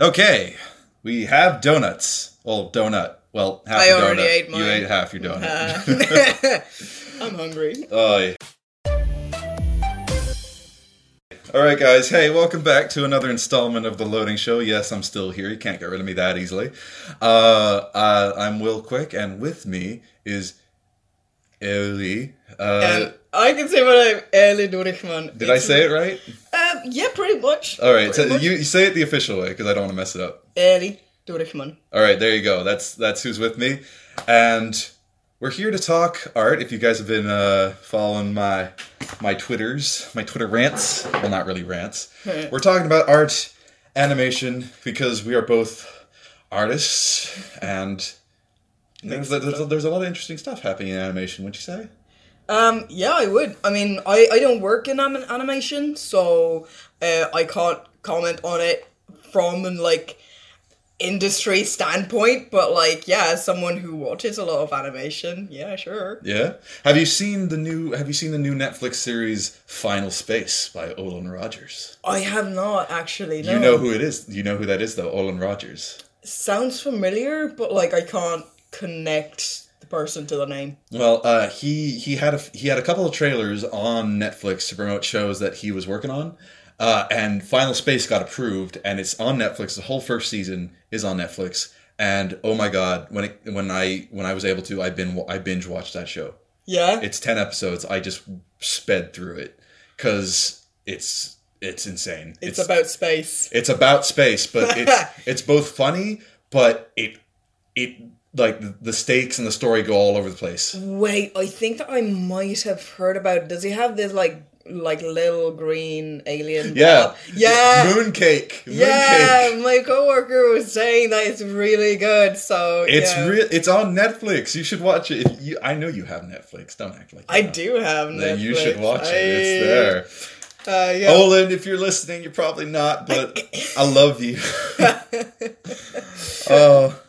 Okay, we have donuts. Well, donut. Well, half I a already donut. ate You mine. ate half your donut. Uh, I'm hungry. Oh, yeah. All right, guys. Hey, welcome back to another installment of the Loading Show. Yes, I'm still here. You can't get rid of me that easily. Uh, uh, I'm Will Quick, and with me is Ellie. Uh, and Um, I can say what I'm Ellie Dorichman. did I say Oh. it right? Um, yeah, pretty much. All right. So Pretty much. you, you say it the official way because I don't want to mess it up. Ellie Dorichman. All right, there you go. That's that's who's with me, and we're here to talk art. If you guys have been uh, following my my twitters, my Twitter rants, well, not really rants. we're talking about art, animation, because we are both artists, and there's, there's, there's a lot of interesting stuff happening in animation. Would you say? Um, yeah, I would. I mean, I, I don't work in anim- animation, so uh, I can't comment on it from an like industry standpoint. But like, yeah, as someone who watches a lot of animation, yeah, sure. Yeah. Have you seen the new Have you seen the new Netflix series Final Space by Olin Rogers? I have not actually. No. You know who it is. You know who that is, though. Olin Rogers. sounds familiar, but like I can't connect the person to the name. Well, uh, he he had a he had a couple of trailers on Netflix to promote shows that he was working on, uh, and Final Space got approved, and it's on Netflix. The whole first season is on Netflix, and oh my god, when it when I when I was able to, I been I binge watched that show. Yeah. It's ten episodes. I just sped through it because it's it's insane. It's, about space. It's about space, but it's it's both funny, but it it like the- the stakes and the story go all over the Oh place. Wait, I think that I might have heard about it. Does he have this like like little green alien? Yeah. blob? Yeah. Mooncake. yeah, Mooncake. my coworker was saying that it's really good, so It's yeah. real. It's on Netflix. You should watch it. If you, I know you have Netflix. Don't act like you I don't. do have Netflix. Then you should watch it. I- It's there. Oh. Uh, yeah. Olin, if you're listening, you're probably not, but I love you. oh,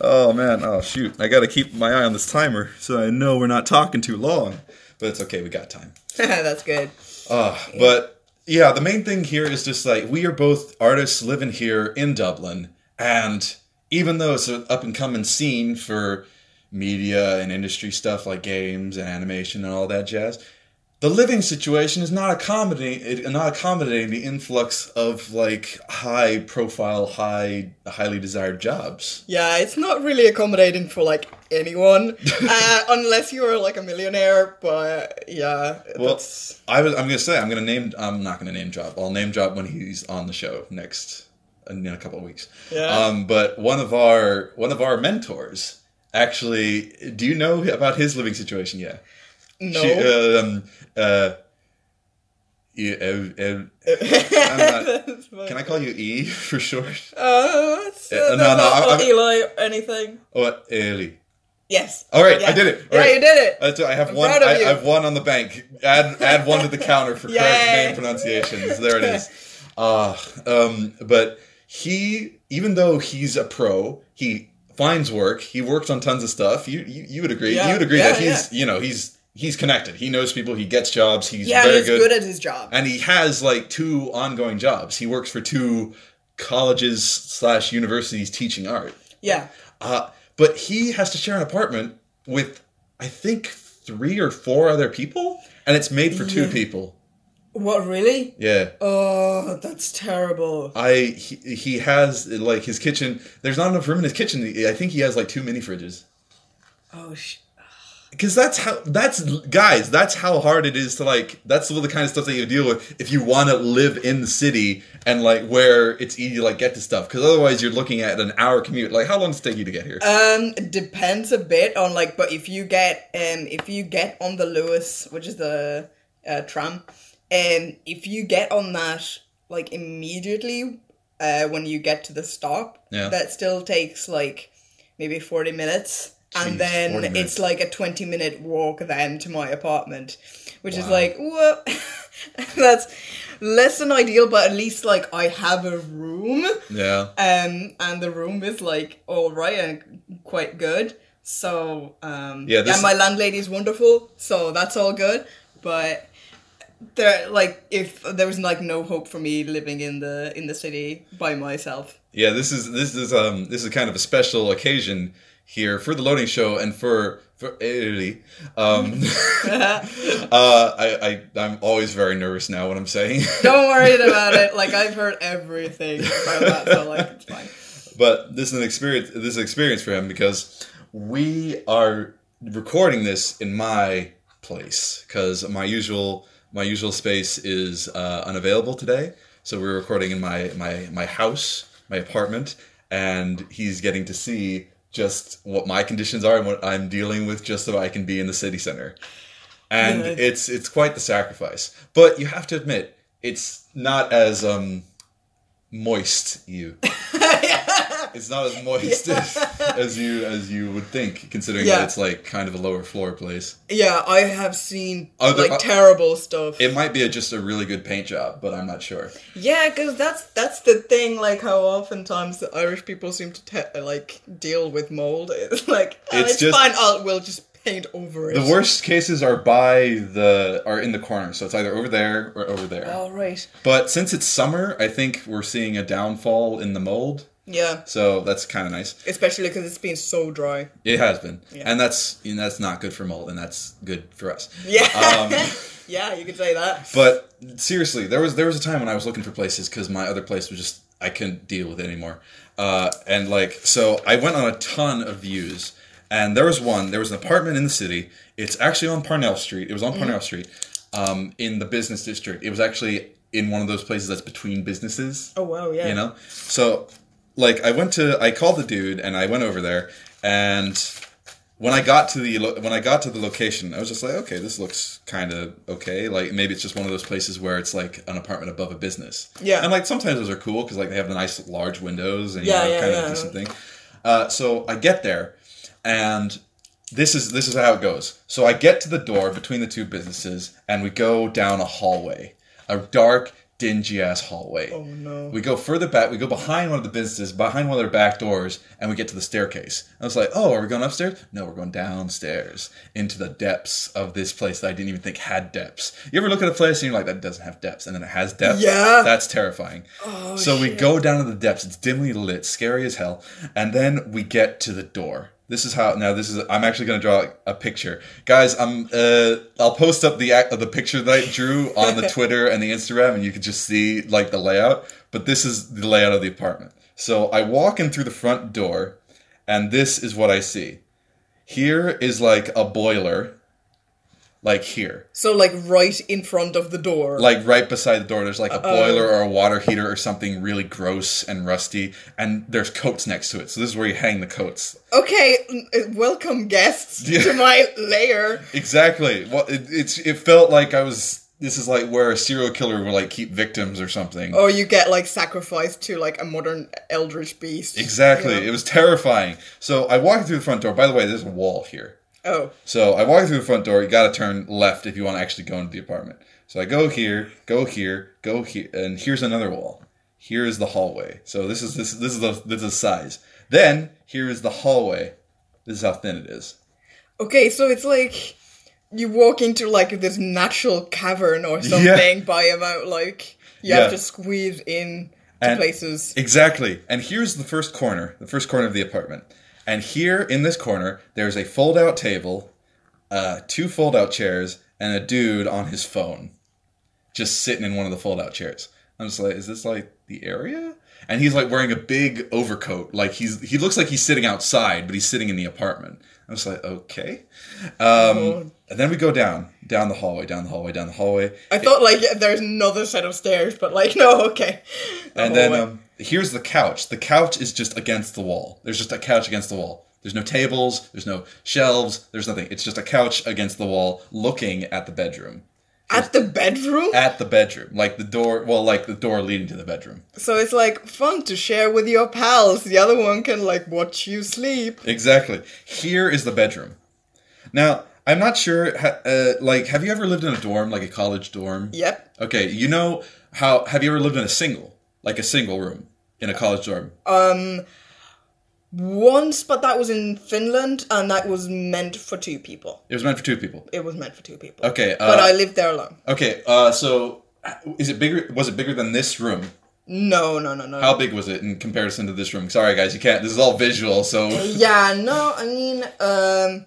oh man. Oh shoot. I got to keep my eye on this timer so I know we're not talking too long. But it's okay. We got time. That's good. Uh, but yeah, the main thing here is just like we are both artists living here in Dublin, and even though it's an up and coming scene for media and industry stuff like games and animation and all that jazz, the living situation is not accommodating it, not accommodating the influx of like high profile, high highly desired jobs. Yeah, it's not really accommodating for like anyone, uh, unless you're like a millionaire. But yeah, Well, that's I was. I'm gonna say. I'm gonna name. I'm not gonna name drop. I'll name drop when he's on the show next in a couple of weeks. Yeah. Um. But one of our one of our mentors actually. Do you know about his living situation? Yeah. no. um. Uh. E- ev- ev- I'm not- That's fine. can I call you E for short? Uh, that's, Uh, no, no, that's not I'm- for Eli or anything. Or E Ellie. Yes. All right, Yeah. I did it. All yeah, right. you did it. That's right, I have I'm one. proud of I, I you. have one on the bank. Add add one to the counter for correct Yay. name pronunciations. There it is. Uh, um, but he, even though he's a pro, he finds work. He works on tons of stuff. You you, you would agree. Yeah, You would agree yeah, that he's you know he's he's connected. He knows people. He gets jobs. He's yeah, and very he's good. at his job. and he has like two ongoing jobs. He works for two colleges slash universities teaching art. yeah. Uh, but he has to share an apartment with, I think, three or four other people, and it's made for two people. What really? Yeah. Oh, that's terrible. I he, he has like his kitchen. There's not enough room in his kitchen. I think he has like two mini fridges. Oh sh. Because that's how that's guys. That's how hard it is to like. That's the kind of stuff that you deal with if you want to live in the city and like where it's easy to like get to stuff. Because otherwise, you're looking at an hour commute. Like, how long does it take you to get here? Um, it depends a bit on like, but if you get um, if you get on the Lewis, which is the uh, tram, um, if you get on that like immediately, uh, when you get to the stop, Yeah. that still takes like maybe forty minutes, Jeez, and then 40 it's minutes. like a twenty minute walk then to my apartment, which is Wow. like whoa, that's less than ideal, but at least like I have a room. yeah. Um, and the room is like all right and quite good. So um, Yeah, this- my landlady is wonderful. So that's all good. But there like if there was like no hope for me living in the in the city by myself. Yeah, this is this is um this is kind of a special occasion here for the loading show and for for Italy. Um, uh, I, I I'm always very nervous now when I'm saying, Don't worry about it. Like I've heard everything about that, so like it's fine. but this is an experience. This is an experience for him because we are recording this in my place because my usual my usual space is uh, unavailable today. So we're recording in my my my house, my apartment, and he's getting to see just what my conditions are and what I'm dealing with, just so I can be in the city center. And Yeah. it's it's quite the sacrifice, but you have to admit it's not as um moist you. it's not as moist as you as you would think, considering Yeah. that it's like kind of a lower floor place. Yeah, I have seen Are there- like are- terrible stuff. It might be a, just a really good paint job, but I'm not sure. Yeah, because that's that's the thing. Like how oftentimes the Irish people seem to te- like deal with mold. It's like "Oh, It's it's, just- fine. I'll we'll just paint over it. The worst cases are by the are in the corner, so it's either over there or over there. All right. But since it's summer, I think we're seeing a downfall in the mold, Yeah, so that's kind of nice. especially because it's been so dry. It has been, Yeah. and that's and that's not good for mold, and that's good for us. Yeah. Um, yeah, you could say that. But seriously, there was there was a time when I was looking for places because my other place was just I couldn't deal with it anymore. Uh, and like so, I went on a ton of views, and there was one. There was an apartment in the city. It's actually on Parnell Street. It was on Parnell Street, um, in the business district. It was actually in one of those places that's between businesses oh wow, yeah. you know so like i went to i called the dude and i went over there and when i got to the lo- when i got to the location i was just like okay this looks kind of okay like maybe it's just one of those places where it's like an apartment above a business Yeah. and like sometimes those are cool because like they have the nice large windows and Yeah, you know, yeah, kind of yeah. decent thing uh, so i get there and this is this is how it goes. So I get to the door between the two businesses, and we go down a hallway, a dark, dingy ass hallway. Oh no. We go further back. We go behind one of the businesses, behind one of their back doors, and we get to the staircase. I was like, "Oh, are we going upstairs? No, we're going downstairs into the depths of this place that I didn't even think had depths." You ever look at a place and you're like, "That doesn't have depths," and then it has depths. Yeah. that's terrifying. Oh, so we go down to the depths. It's dimly lit, scary as hell, and then we get to the door. This is how. Now this is. I'm actually going to draw a picture, guys. I'm. Uh, I'll post up the act of the picture that I drew on the Twitter and the Instagram, and you can just see like the layout. But this is the layout of the apartment. So I walk in through the front door, and this is what I see. Here is like a boiler, like here So like right in front of the door. like right beside the door there's like a boiler or a water heater or something really gross and rusty and there's coats next to it so this is where you hang the coats okay, n- uh, welcome guests Yeah. to my lair. exactly well it, it's it felt like i was this is like where a serial killer would like keep victims or something Or you get like sacrificed to like a modern eldritch beast. exactly Yeah. it was terrifying so i walked through the front door by the way there's a wall here Oh. So I walk through the front door. You got to turn left if you want to actually go into the apartment. So I go here, go here, go here, and here's another wall. Here is the hallway. So this is this this is the this is the size. Then here is the hallway. This is how thin it is. Okay, so it's like you walk into like this natural cavern or something by about like you Yeah. have to squeeze in to And- places. Exactly. And here's the first corner, the first corner of the apartment. And here in this corner, there's a fold-out table, uh, two fold-out chairs, and a dude on his phone, just sitting in one of the fold-out chairs. I'm just like, is this like the area? And he's like wearing a big overcoat, like he's he looks like he's sitting outside, but he's sitting in the apartment. I'm just like, okay. Um, and then we go down, down the hallway, down the hallway, down the hallway, I thought like there's another set of stairs, but like no, okay. And Oh, then wait. um, here's the couch. The couch is just against the wall. There's just a couch against the wall. There's no tables. There's no shelves. There's nothing. It's just a couch against the wall, looking at the bedroom. at the bedroom, At the bedroom, like the door. Well, like the door leading to the bedroom. so it's like fun to share with your pals. The other one can like watch you sleep. Exactly. Here is the bedroom. Now, I'm not sure. ha- Uh, like, have you ever lived in a dorm, like a college dorm? Yep. Okay. You know Oh. how? Have you ever lived in a single, like a single room in a college dorm? once, but that was in Finland, and that was meant for two people. It was meant for two people. It was meant for two people. Okay, uh, but I lived there alone. Okay, uh, so is it bigger? Was it bigger than this room? No, no, no, no. How big was it in comparison to this room? Sorry, guys, you can't. This is all visual, so yeah, no, I mean, um,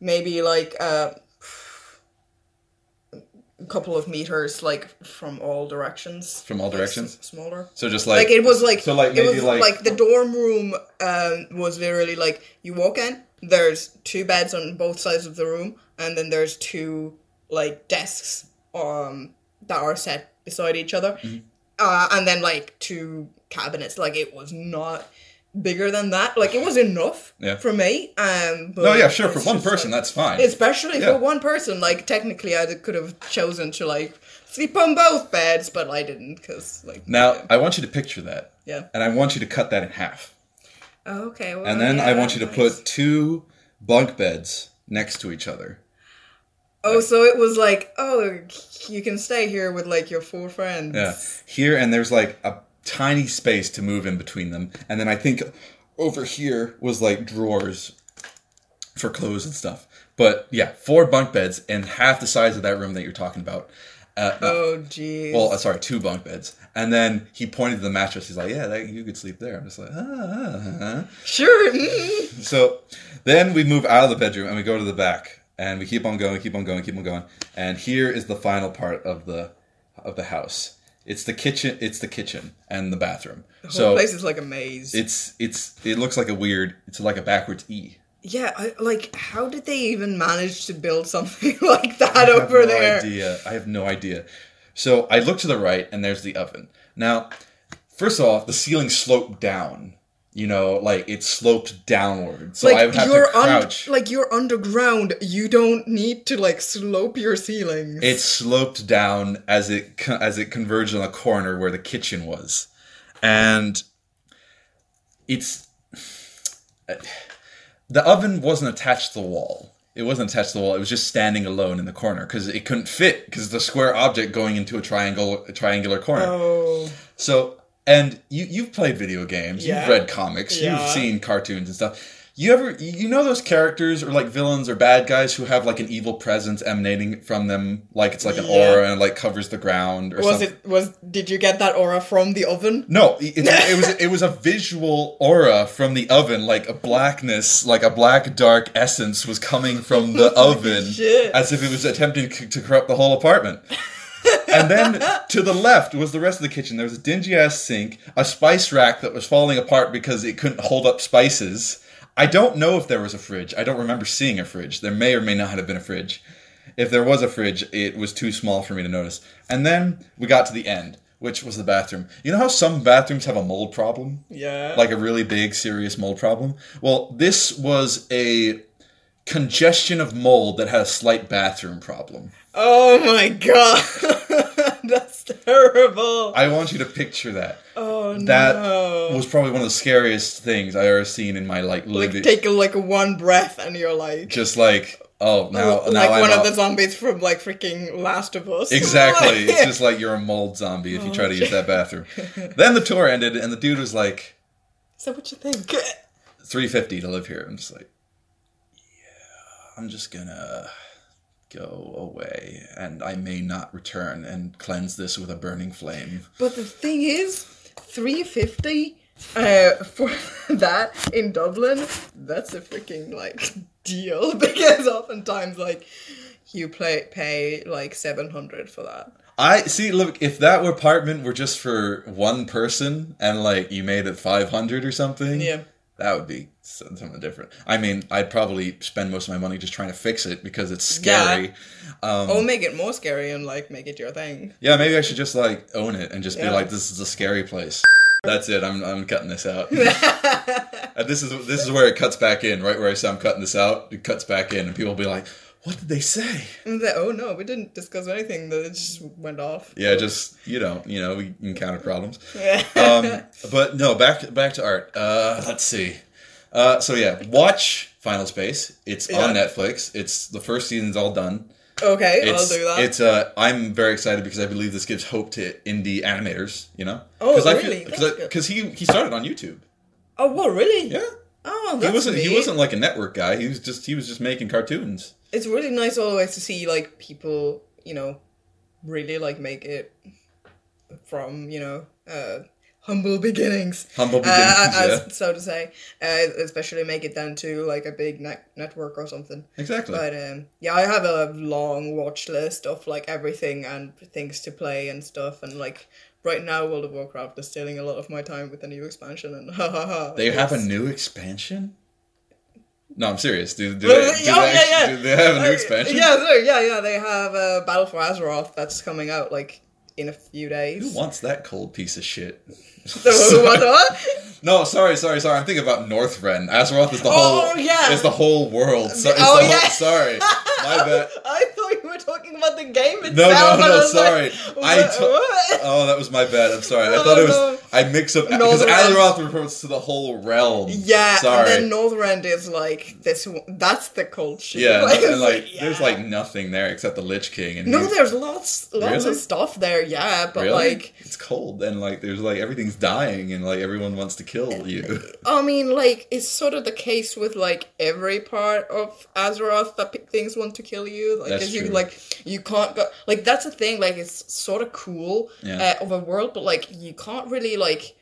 maybe like uh, a couple of meters, like from all directions. From all Like, directions? s- smaller. so just Like, like, it was like so like it maybe was like, like, the dorm room um, was literally like you walk in. There's two beds on both sides of the room, and then there's two like desks um that are set beside each other, Mm-hmm. uh, and then like two cabinets. Like it was not bigger than that. Like it was enough Yeah. for me. Um, but no, yeah, sure, for it's one just, like, person that's fine. especially Yeah. for one person. Like technically, I could have chosen to like sleep on both beds, but I didn't because like now I want you to picture that, yeah. and I want you to cut that in half, Oh, okay. Well, and then yeah, I want you to nice. put two bunk beds next to each other. Oh, so it was like, oh, you can stay here with like your four friends. Yeah, here and there's like a tiny space to move in between them, and then I think over here was like drawers for clothes and stuff. But yeah, four bunk beds and half the size of that room that you're talking about. Uh, no, Oh, jeez. well, uh, sorry, two bunk beds. And then he pointed to the mattress. He's like, "Yeah, that, you could sleep there." I'm just like, "Ah." ah, ah." sure. mm. So then we move out of the bedroom and we go to the back, and we keep on going, keep on going, keep on going. And here is the final part of the of the house. It's the kitchen. It's the kitchen and the bathroom. The whole so place is like a maze. it's it's it looks like a weird. It's like a backwards E. yeah, I, like how did they even manage to build something like that over no there? idea. I have no idea. So I look to the right, and there's the oven. Now, first off, the ceiling sloped down. You know, like it sloped downward. So I would Like have you're to crouch. un- like you're underground. You don't need to like slope your ceilings. it sloped down as it co- as it converged on a corner where the kitchen was and it's the oven wasn't attached to the wall it wasn't attached to the wall it was just standing alone in the corner because it couldn't fit because it's a square object going into a triangle a triangular corner oh, so, and you you've played video games, Yeah. you've read comics, you've Yeah. seen cartoons and stuff. You ever you know those characters or like villains or bad guys who have like an evil presence emanating from them, like it's like an Yeah. aura and it, like covers the ground or was something. it was? Did you get that aura from the oven? No, it, it, it was it was a visual aura from the oven, like a blackness, like a black dark essence was coming from the oven, Shit. as if it was attempting c- to corrupt the whole apartment. and then to the left was the rest of the kitchen. There was a dingy ass sink, a spice rack that was falling apart because it couldn't hold up spices. I don't know if there was a fridge. I don't remember seeing a fridge. There may or may not have been a fridge. If there was a fridge, it was too small for me to notice. And then we got to the end, which was the bathroom. You know how some bathrooms have a mold problem? Yeah. Like a really big, serious mold problem? Well, this was a congestion of mold that had a slight bathroom problem. Oh my god, that's terrible. I want you to picture that. oh that no. was probably one of the scariest things I ever seen in my like, like living. take like one breath and you're like, just like oh now now like I'm one out. of the zombies from like freaking Last of Us. exactly. Like- it's just like you're a mold zombie if you try to use that bathroom. then the tour ended and the dude was like So what you think? 350 to live here. I'm just like yeah, I'm just gonna go away and I may not return and cleanse this with a burning flame. But the thing is, three fifty uh, for that in Dublin, that's a freaking like deal because oftentimes like you play pay like seven hundred for that. I see. Look, if that were apartment were just for one person, and like you made it five hundred or something, Yeah. that would be some- something different. I mean, I'd probably spend most of my money just trying to fix it because it's scary. Yeah, um, Or make it more scary and like make it your thing. yeah maybe I should just like own it and just be Yeah. like, this is a scary place. That's it. I'm I'm cutting this out. and Uh, this is this is where it cuts back in, right where I say I'm cutting this out. It cuts back in, and people will be like, "What did they say?" And they're, oh no, we didn't discuss anything. That it just went off. Yeah, just you know, you know, we encounter problems. Yeah. um, but no, back back to art. Uh, let's see. Uh, so yeah, watch Final Space. It's on Yeah. Netflix. It's the first season's all done. okay, It's, I'll do that. It's. Uh, I'm very excited because I believe this gives hope to indie animators. You know. Oh, I really? That's good. Because he he started on YouTube. oh, well, really? Yeah. Oh, He that's wasn't. He neat. wasn't like a network guy. He was just. He was just making cartoons. It's really nice always to see like people, you know, really like make it from you know uh, humble beginnings. Humble beginnings. Uh, yeah. as, so to say, uh, especially make it down to like a big net- network or something. exactly. But um, yeah, I have a long watch list of like everything and things to play and stuff. And like right now, World of Warcraft is stealing a lot of my time with the new expansion. And ha ha ha. they it's- have a new expansion. No, I'm serious. Do, do, No, they, no, do, yeah, they, yeah, yeah. do they have a new Uh, expansion? Yeah, so, yeah, yeah. They have uh, Battle for Azeroth that's coming out like in a few days. Who wants that cold piece of shit? So, what, what? No, sorry, sorry, sorry. I'm thinking about Northrend. Azeroth is the Oh, whole. yeah. It's the whole world. So, it's Oh, the whole, yeah. Sorry, my bad. I thought you were talking about the game itself. No, no, and I no. was Sorry, like, I. what- to- what? oh, that was my bad. I'm sorry. I No, thought it was. no. I mix up because Northrend. Azeroth refers to the whole realm. Yeah, Sorry. and then Northrend is like this. one- That's the culture. yeah, and, and, like yeah. there's like nothing there except the Lich King, and no, he's- there's lots, lots Really? of stuff there. Yeah, but really? like, it's cold, and like there's like everything's dying, and like everyone wants to kill you. I mean, like it's sort of the case with like every part of Azeroth that p- things want to kill you. Like, That's 'cause you true. like you can't go. Like that's the thing. Like it's sort of cool Yeah. uh, of a world, but like you can't really like.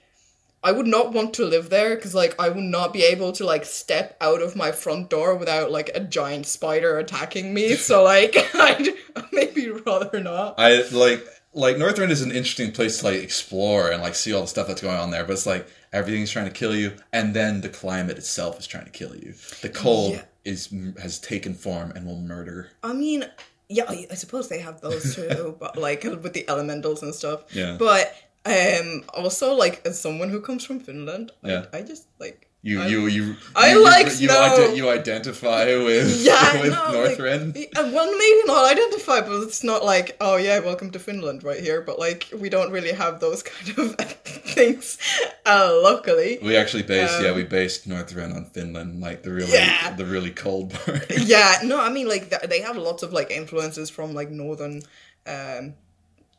I would not want to live there because like I would not be able to like step out of my front door without like a giant spider attacking me. So like I'd maybe rather not. I like like Northrend is an interesting place to like explore and like see all the stuff that's going on there, but it's like everything's trying to kill you, and then the climate itself is trying to kill you. The cold Yeah. is has taken form and will murder. I mean, yeah, I, I suppose they have those too, but like with the elementals and stuff. Yeah. But um, also like as someone who comes from Finland, Yeah. I, I just like You I'm- you you. I you, like you, snow. you identify with yeah, with no, like, Northrend. y- uh, well, maybe not identify, but it's not like oh yeah, welcome to Finland right here. But like we don't really have those kind of things uh, locally. we actually based yeah Um, we based Northrend on Finland like the really Yeah. the really cold part. yeah no i mean like th- they have lots of like influences from like northern um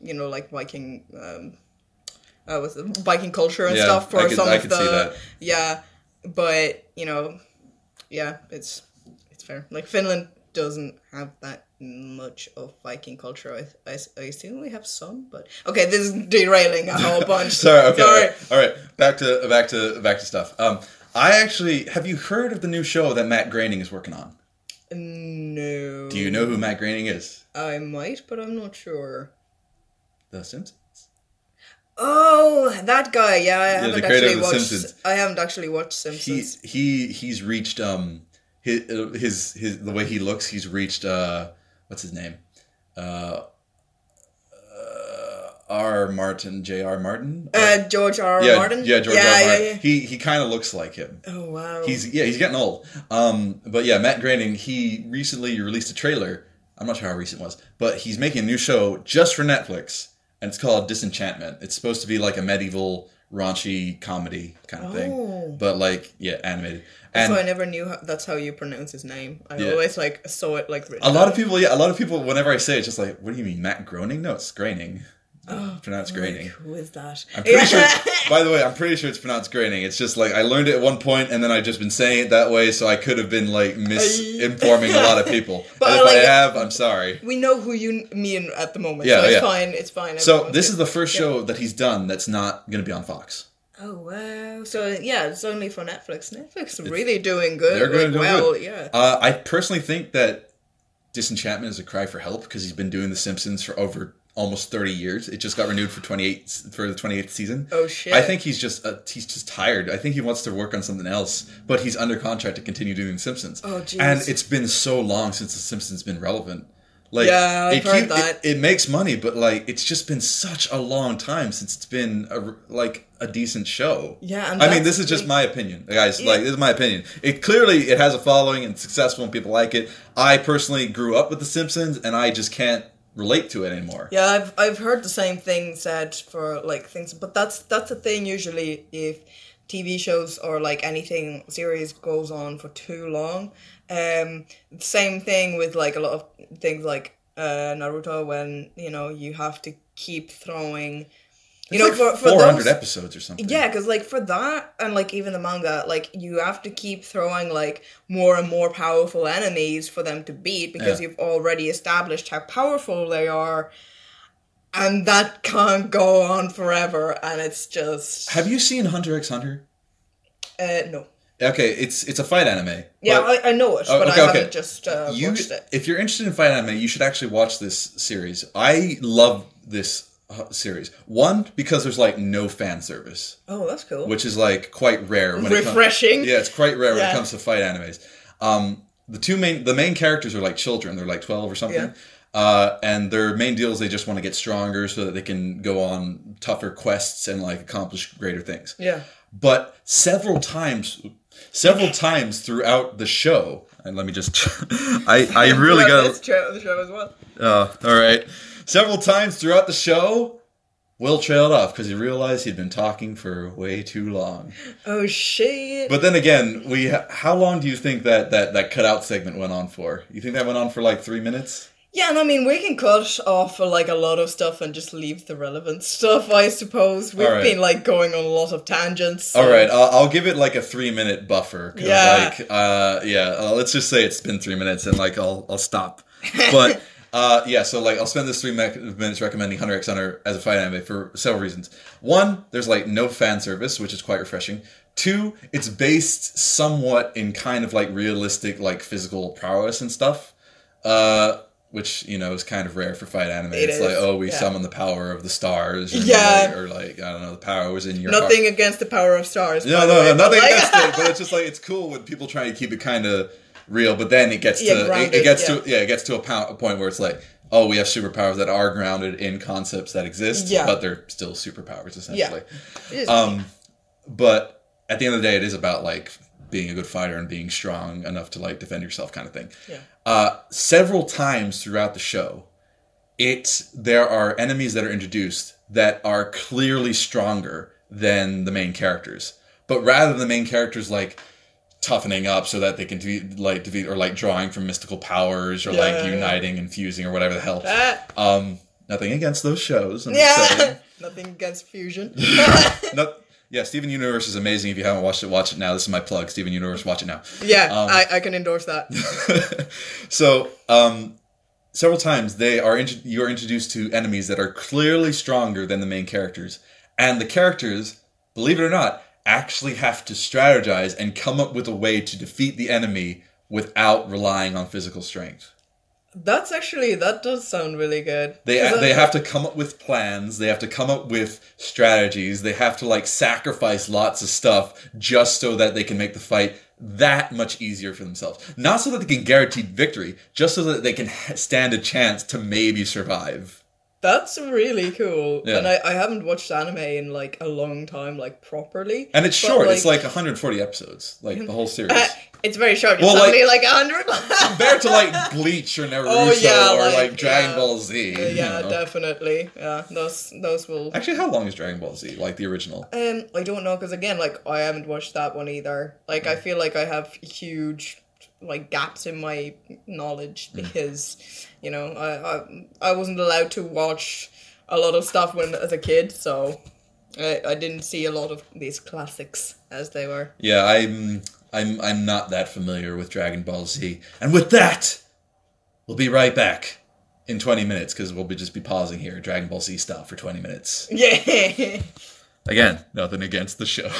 you know like viking um uh, was it viking culture and Yeah, stuff for I could- some I of could the see that. yeah but you know yeah it's it's fair like finland doesn't have that much of viking culture i, I, I assume we have some but okay this is derailing a whole bunch Sorry. Okay. Sorry. All, right, all right. Back to back to back to stuff. Um, I actually have you heard of the new show that Matt Groening is working on? no Do you know who Matt Groening is? i might but i'm not sure The Simpsons. Oh, that guy. Yeah, I haven't creator of actually The watched. Simpsons. I haven't actually watched He Simpsons. he he's reached um his uh, his, his the way he looks. He's reached uh what's his name uh, uh R Martin J R Martin. uh, George R. R. yeah, Martin. yeah, George yeah, R. yeah, Martin. yeah. He he kind of looks like him. Oh wow. He's yeah, he's getting old. Um, but yeah, Matt Groening, he recently released a trailer. I'm not sure how recent it was, but he's making a new show just for Netflix, and it's called Disenchantment. It's supposed to be like a medieval raunchy comedy kind of Oh. thing, but like yeah, animated. so I And never knew how, that's how you pronounce his name. I Yeah. always like saw it like written. a lot of people, yeah, a lot of people. Whenever I say it, it's just like, what do you mean, Matt Groening? No, it's Groening. It's pronounced Groening. Who is that? I'm pretty sure. By the way, I'm pretty sure it's pronounced graining. It's just like I learned it at one point, and then I've just been saying it that way, so I could have been like misinforming a lot of people. But and if like- I have, I'm sorry. we know who you mean at the moment. Yeah, so it's yeah. fine. It's fine. So everyone's this good. is the first show that he's done that's not going to be on Fox. Oh wow. So yeah, it's only for Netflix. Netflix is really doing good. They're going like, to do well, good. yeah. Uh, I personally think that Disenchantment is a cry for help because he's been doing The Simpsons for over almost 30 years. It just got renewed for 28 for the 28th season. Oh shit. I think he's just uh, he's just tired. I think he wants to work on something else, but he's under contract to continue doing Simpsons. Oh, jeez. And it's been so long since the Simpsons been relevant. Like Yeah, I've it, heard keep- that. It, it makes money, but like it's just been such a long time since it's been a, r- like a decent show. Yeah, and I mean, this that's is just like- my opinion, guys. Like this is my opinion. It clearly it has a following and it's successful and people like it. I personally grew up with the Simpsons and I just can't relate to it anymore. Yeah, I've I've heard the same thing said for like things, but that's that's the thing usually if TV shows or like anything series goes on for too long. Um, same thing with like a lot of things like uh, Naruto when you know you have to keep throwing You know, It's like for, for 400 those, episodes or something. Yeah, because like for that and like even the manga, like you have to keep throwing like more and more powerful enemies for them to beat because Yeah. you've already established how powerful they are, and that can't go on forever. And it's just Have you seen Hunter x Hunter? uh, no, Okay, it's it's a fight anime. yeah, but I, I know it, Oh, but okay, I okay. haven't just uh, you, watched it. if you're interested in fight anime, you should actually watch this series. I love this uh, series. One because there's like no fan service, Oh, that's cool. which is like quite rare. When It comes, Refreshing. yeah, it's quite rare when Yeah. it comes to fight animes. Um, the two main the main characters are like children. They're like twelve or something. Yeah. Uh, and their main deal is they just want to get stronger so that they can go on tougher quests and like accomplish greater things yeah. but several times several times throughout the show and let me just i i really Yeah, got that's true, the show as well. uh, all right several times throughout the show will trailed off because he realized he'd been talking for way too long Oh shit. but then again we how long do you think that that that cutout segment went on for you think that went on for like three minutes Yeah, and I mean, we can cut off uh, like a lot of stuff and just leave the relevant stuff, I suppose. We've Alright. been like going on a lot of tangents. so- all right I'll, I'll give it like a three minute buffer 'cause, Yeah. like uh yeah uh, let's just say it's been three minutes and like i'll i'll stop but uh yeah so like i'll spend this three mec- minutes recommending hunter x hunter as a fight anime for several reasons one there's like no fan service which is quite refreshing two it's based somewhat in kind of like realistic like physical prowess and stuff uh which you know is kind of rare for fight anime. It it's is, like, oh, we yeah. summon the power of the stars, or, Yeah. or like I don't know, the power was in your heart. Nothing against the power of stars. by No, the no, way, no, but, nothing like- against it, but it's just like it's cool when people try to keep it kind of real, but then it gets Yeah, to it- it, grounded, gets yeah. to yeah, it gets to a, po- a point where it's like, oh, we have superpowers that are grounded in concepts that exist, Yeah. but they're still superpowers essentially. It is- Um, but at the end of the day, it is about like being a good fighter and being strong enough to like defend yourself, kind of thing. Yeah. Uh, several times throughout the show, it there are enemies that are introduced that are clearly stronger than the main characters, but rather than the main characters like toughening up so that they can defeat, like defeat or like drawing from mystical powers or Yeah, like yeah, yeah. uniting and fusing or whatever the hell. Ah, Um, nothing against those shows. I'm just saying. yeah. nothing against fusion. No, yeah, Steven Universe is amazing. If you haven't watched it, watch it now. This is my plug. Steven Universe, watch it now. yeah, Um, I, I can endorse that. so, um, several times they are int- you're introduced to enemies that are clearly stronger than the main characters, and the characters, believe it or not, actually have to strategize and come up with a way to defeat the enemy without relying on physical strength. That's actually that does sound really good. They 'Cause I- they have to come up with plans. They have to come up with strategies. They have to like sacrifice lots of stuff just so that they can make the fight that much easier for themselves. Not so that they can guarantee victory, just so that they can h- stand a chance to maybe survive. That's really cool. Yeah. And I, I haven't watched anime in like a long time, like properly. And it's But, short. it's like 140 episodes, like the whole series. Uh, it's very short. It's Well, like- only like a hundred. Compared to like Bleach or Naruto Oh, yeah, or like, like, Dragon yeah. Ball Z. Yeah, yeah, you know. definitely. Yeah, those those will. Actually, how long is Dragon Ball Z? Like the original? Um, I don't know because again, like I haven't watched that one either. Like I feel like I have huge like gaps in my knowledge because you know I, I I wasn't allowed to watch a lot of stuff when as a kid, so I I didn't see a lot of these classics as they were. Yeah, I'm I'm I'm not that familiar with Dragon Ball Z. And with that, we'll be right back in 20 minutes cuz we'll be just be pausing here Dragon Ball Z style for 20 minutes. Yeah. Again, nothing against the show.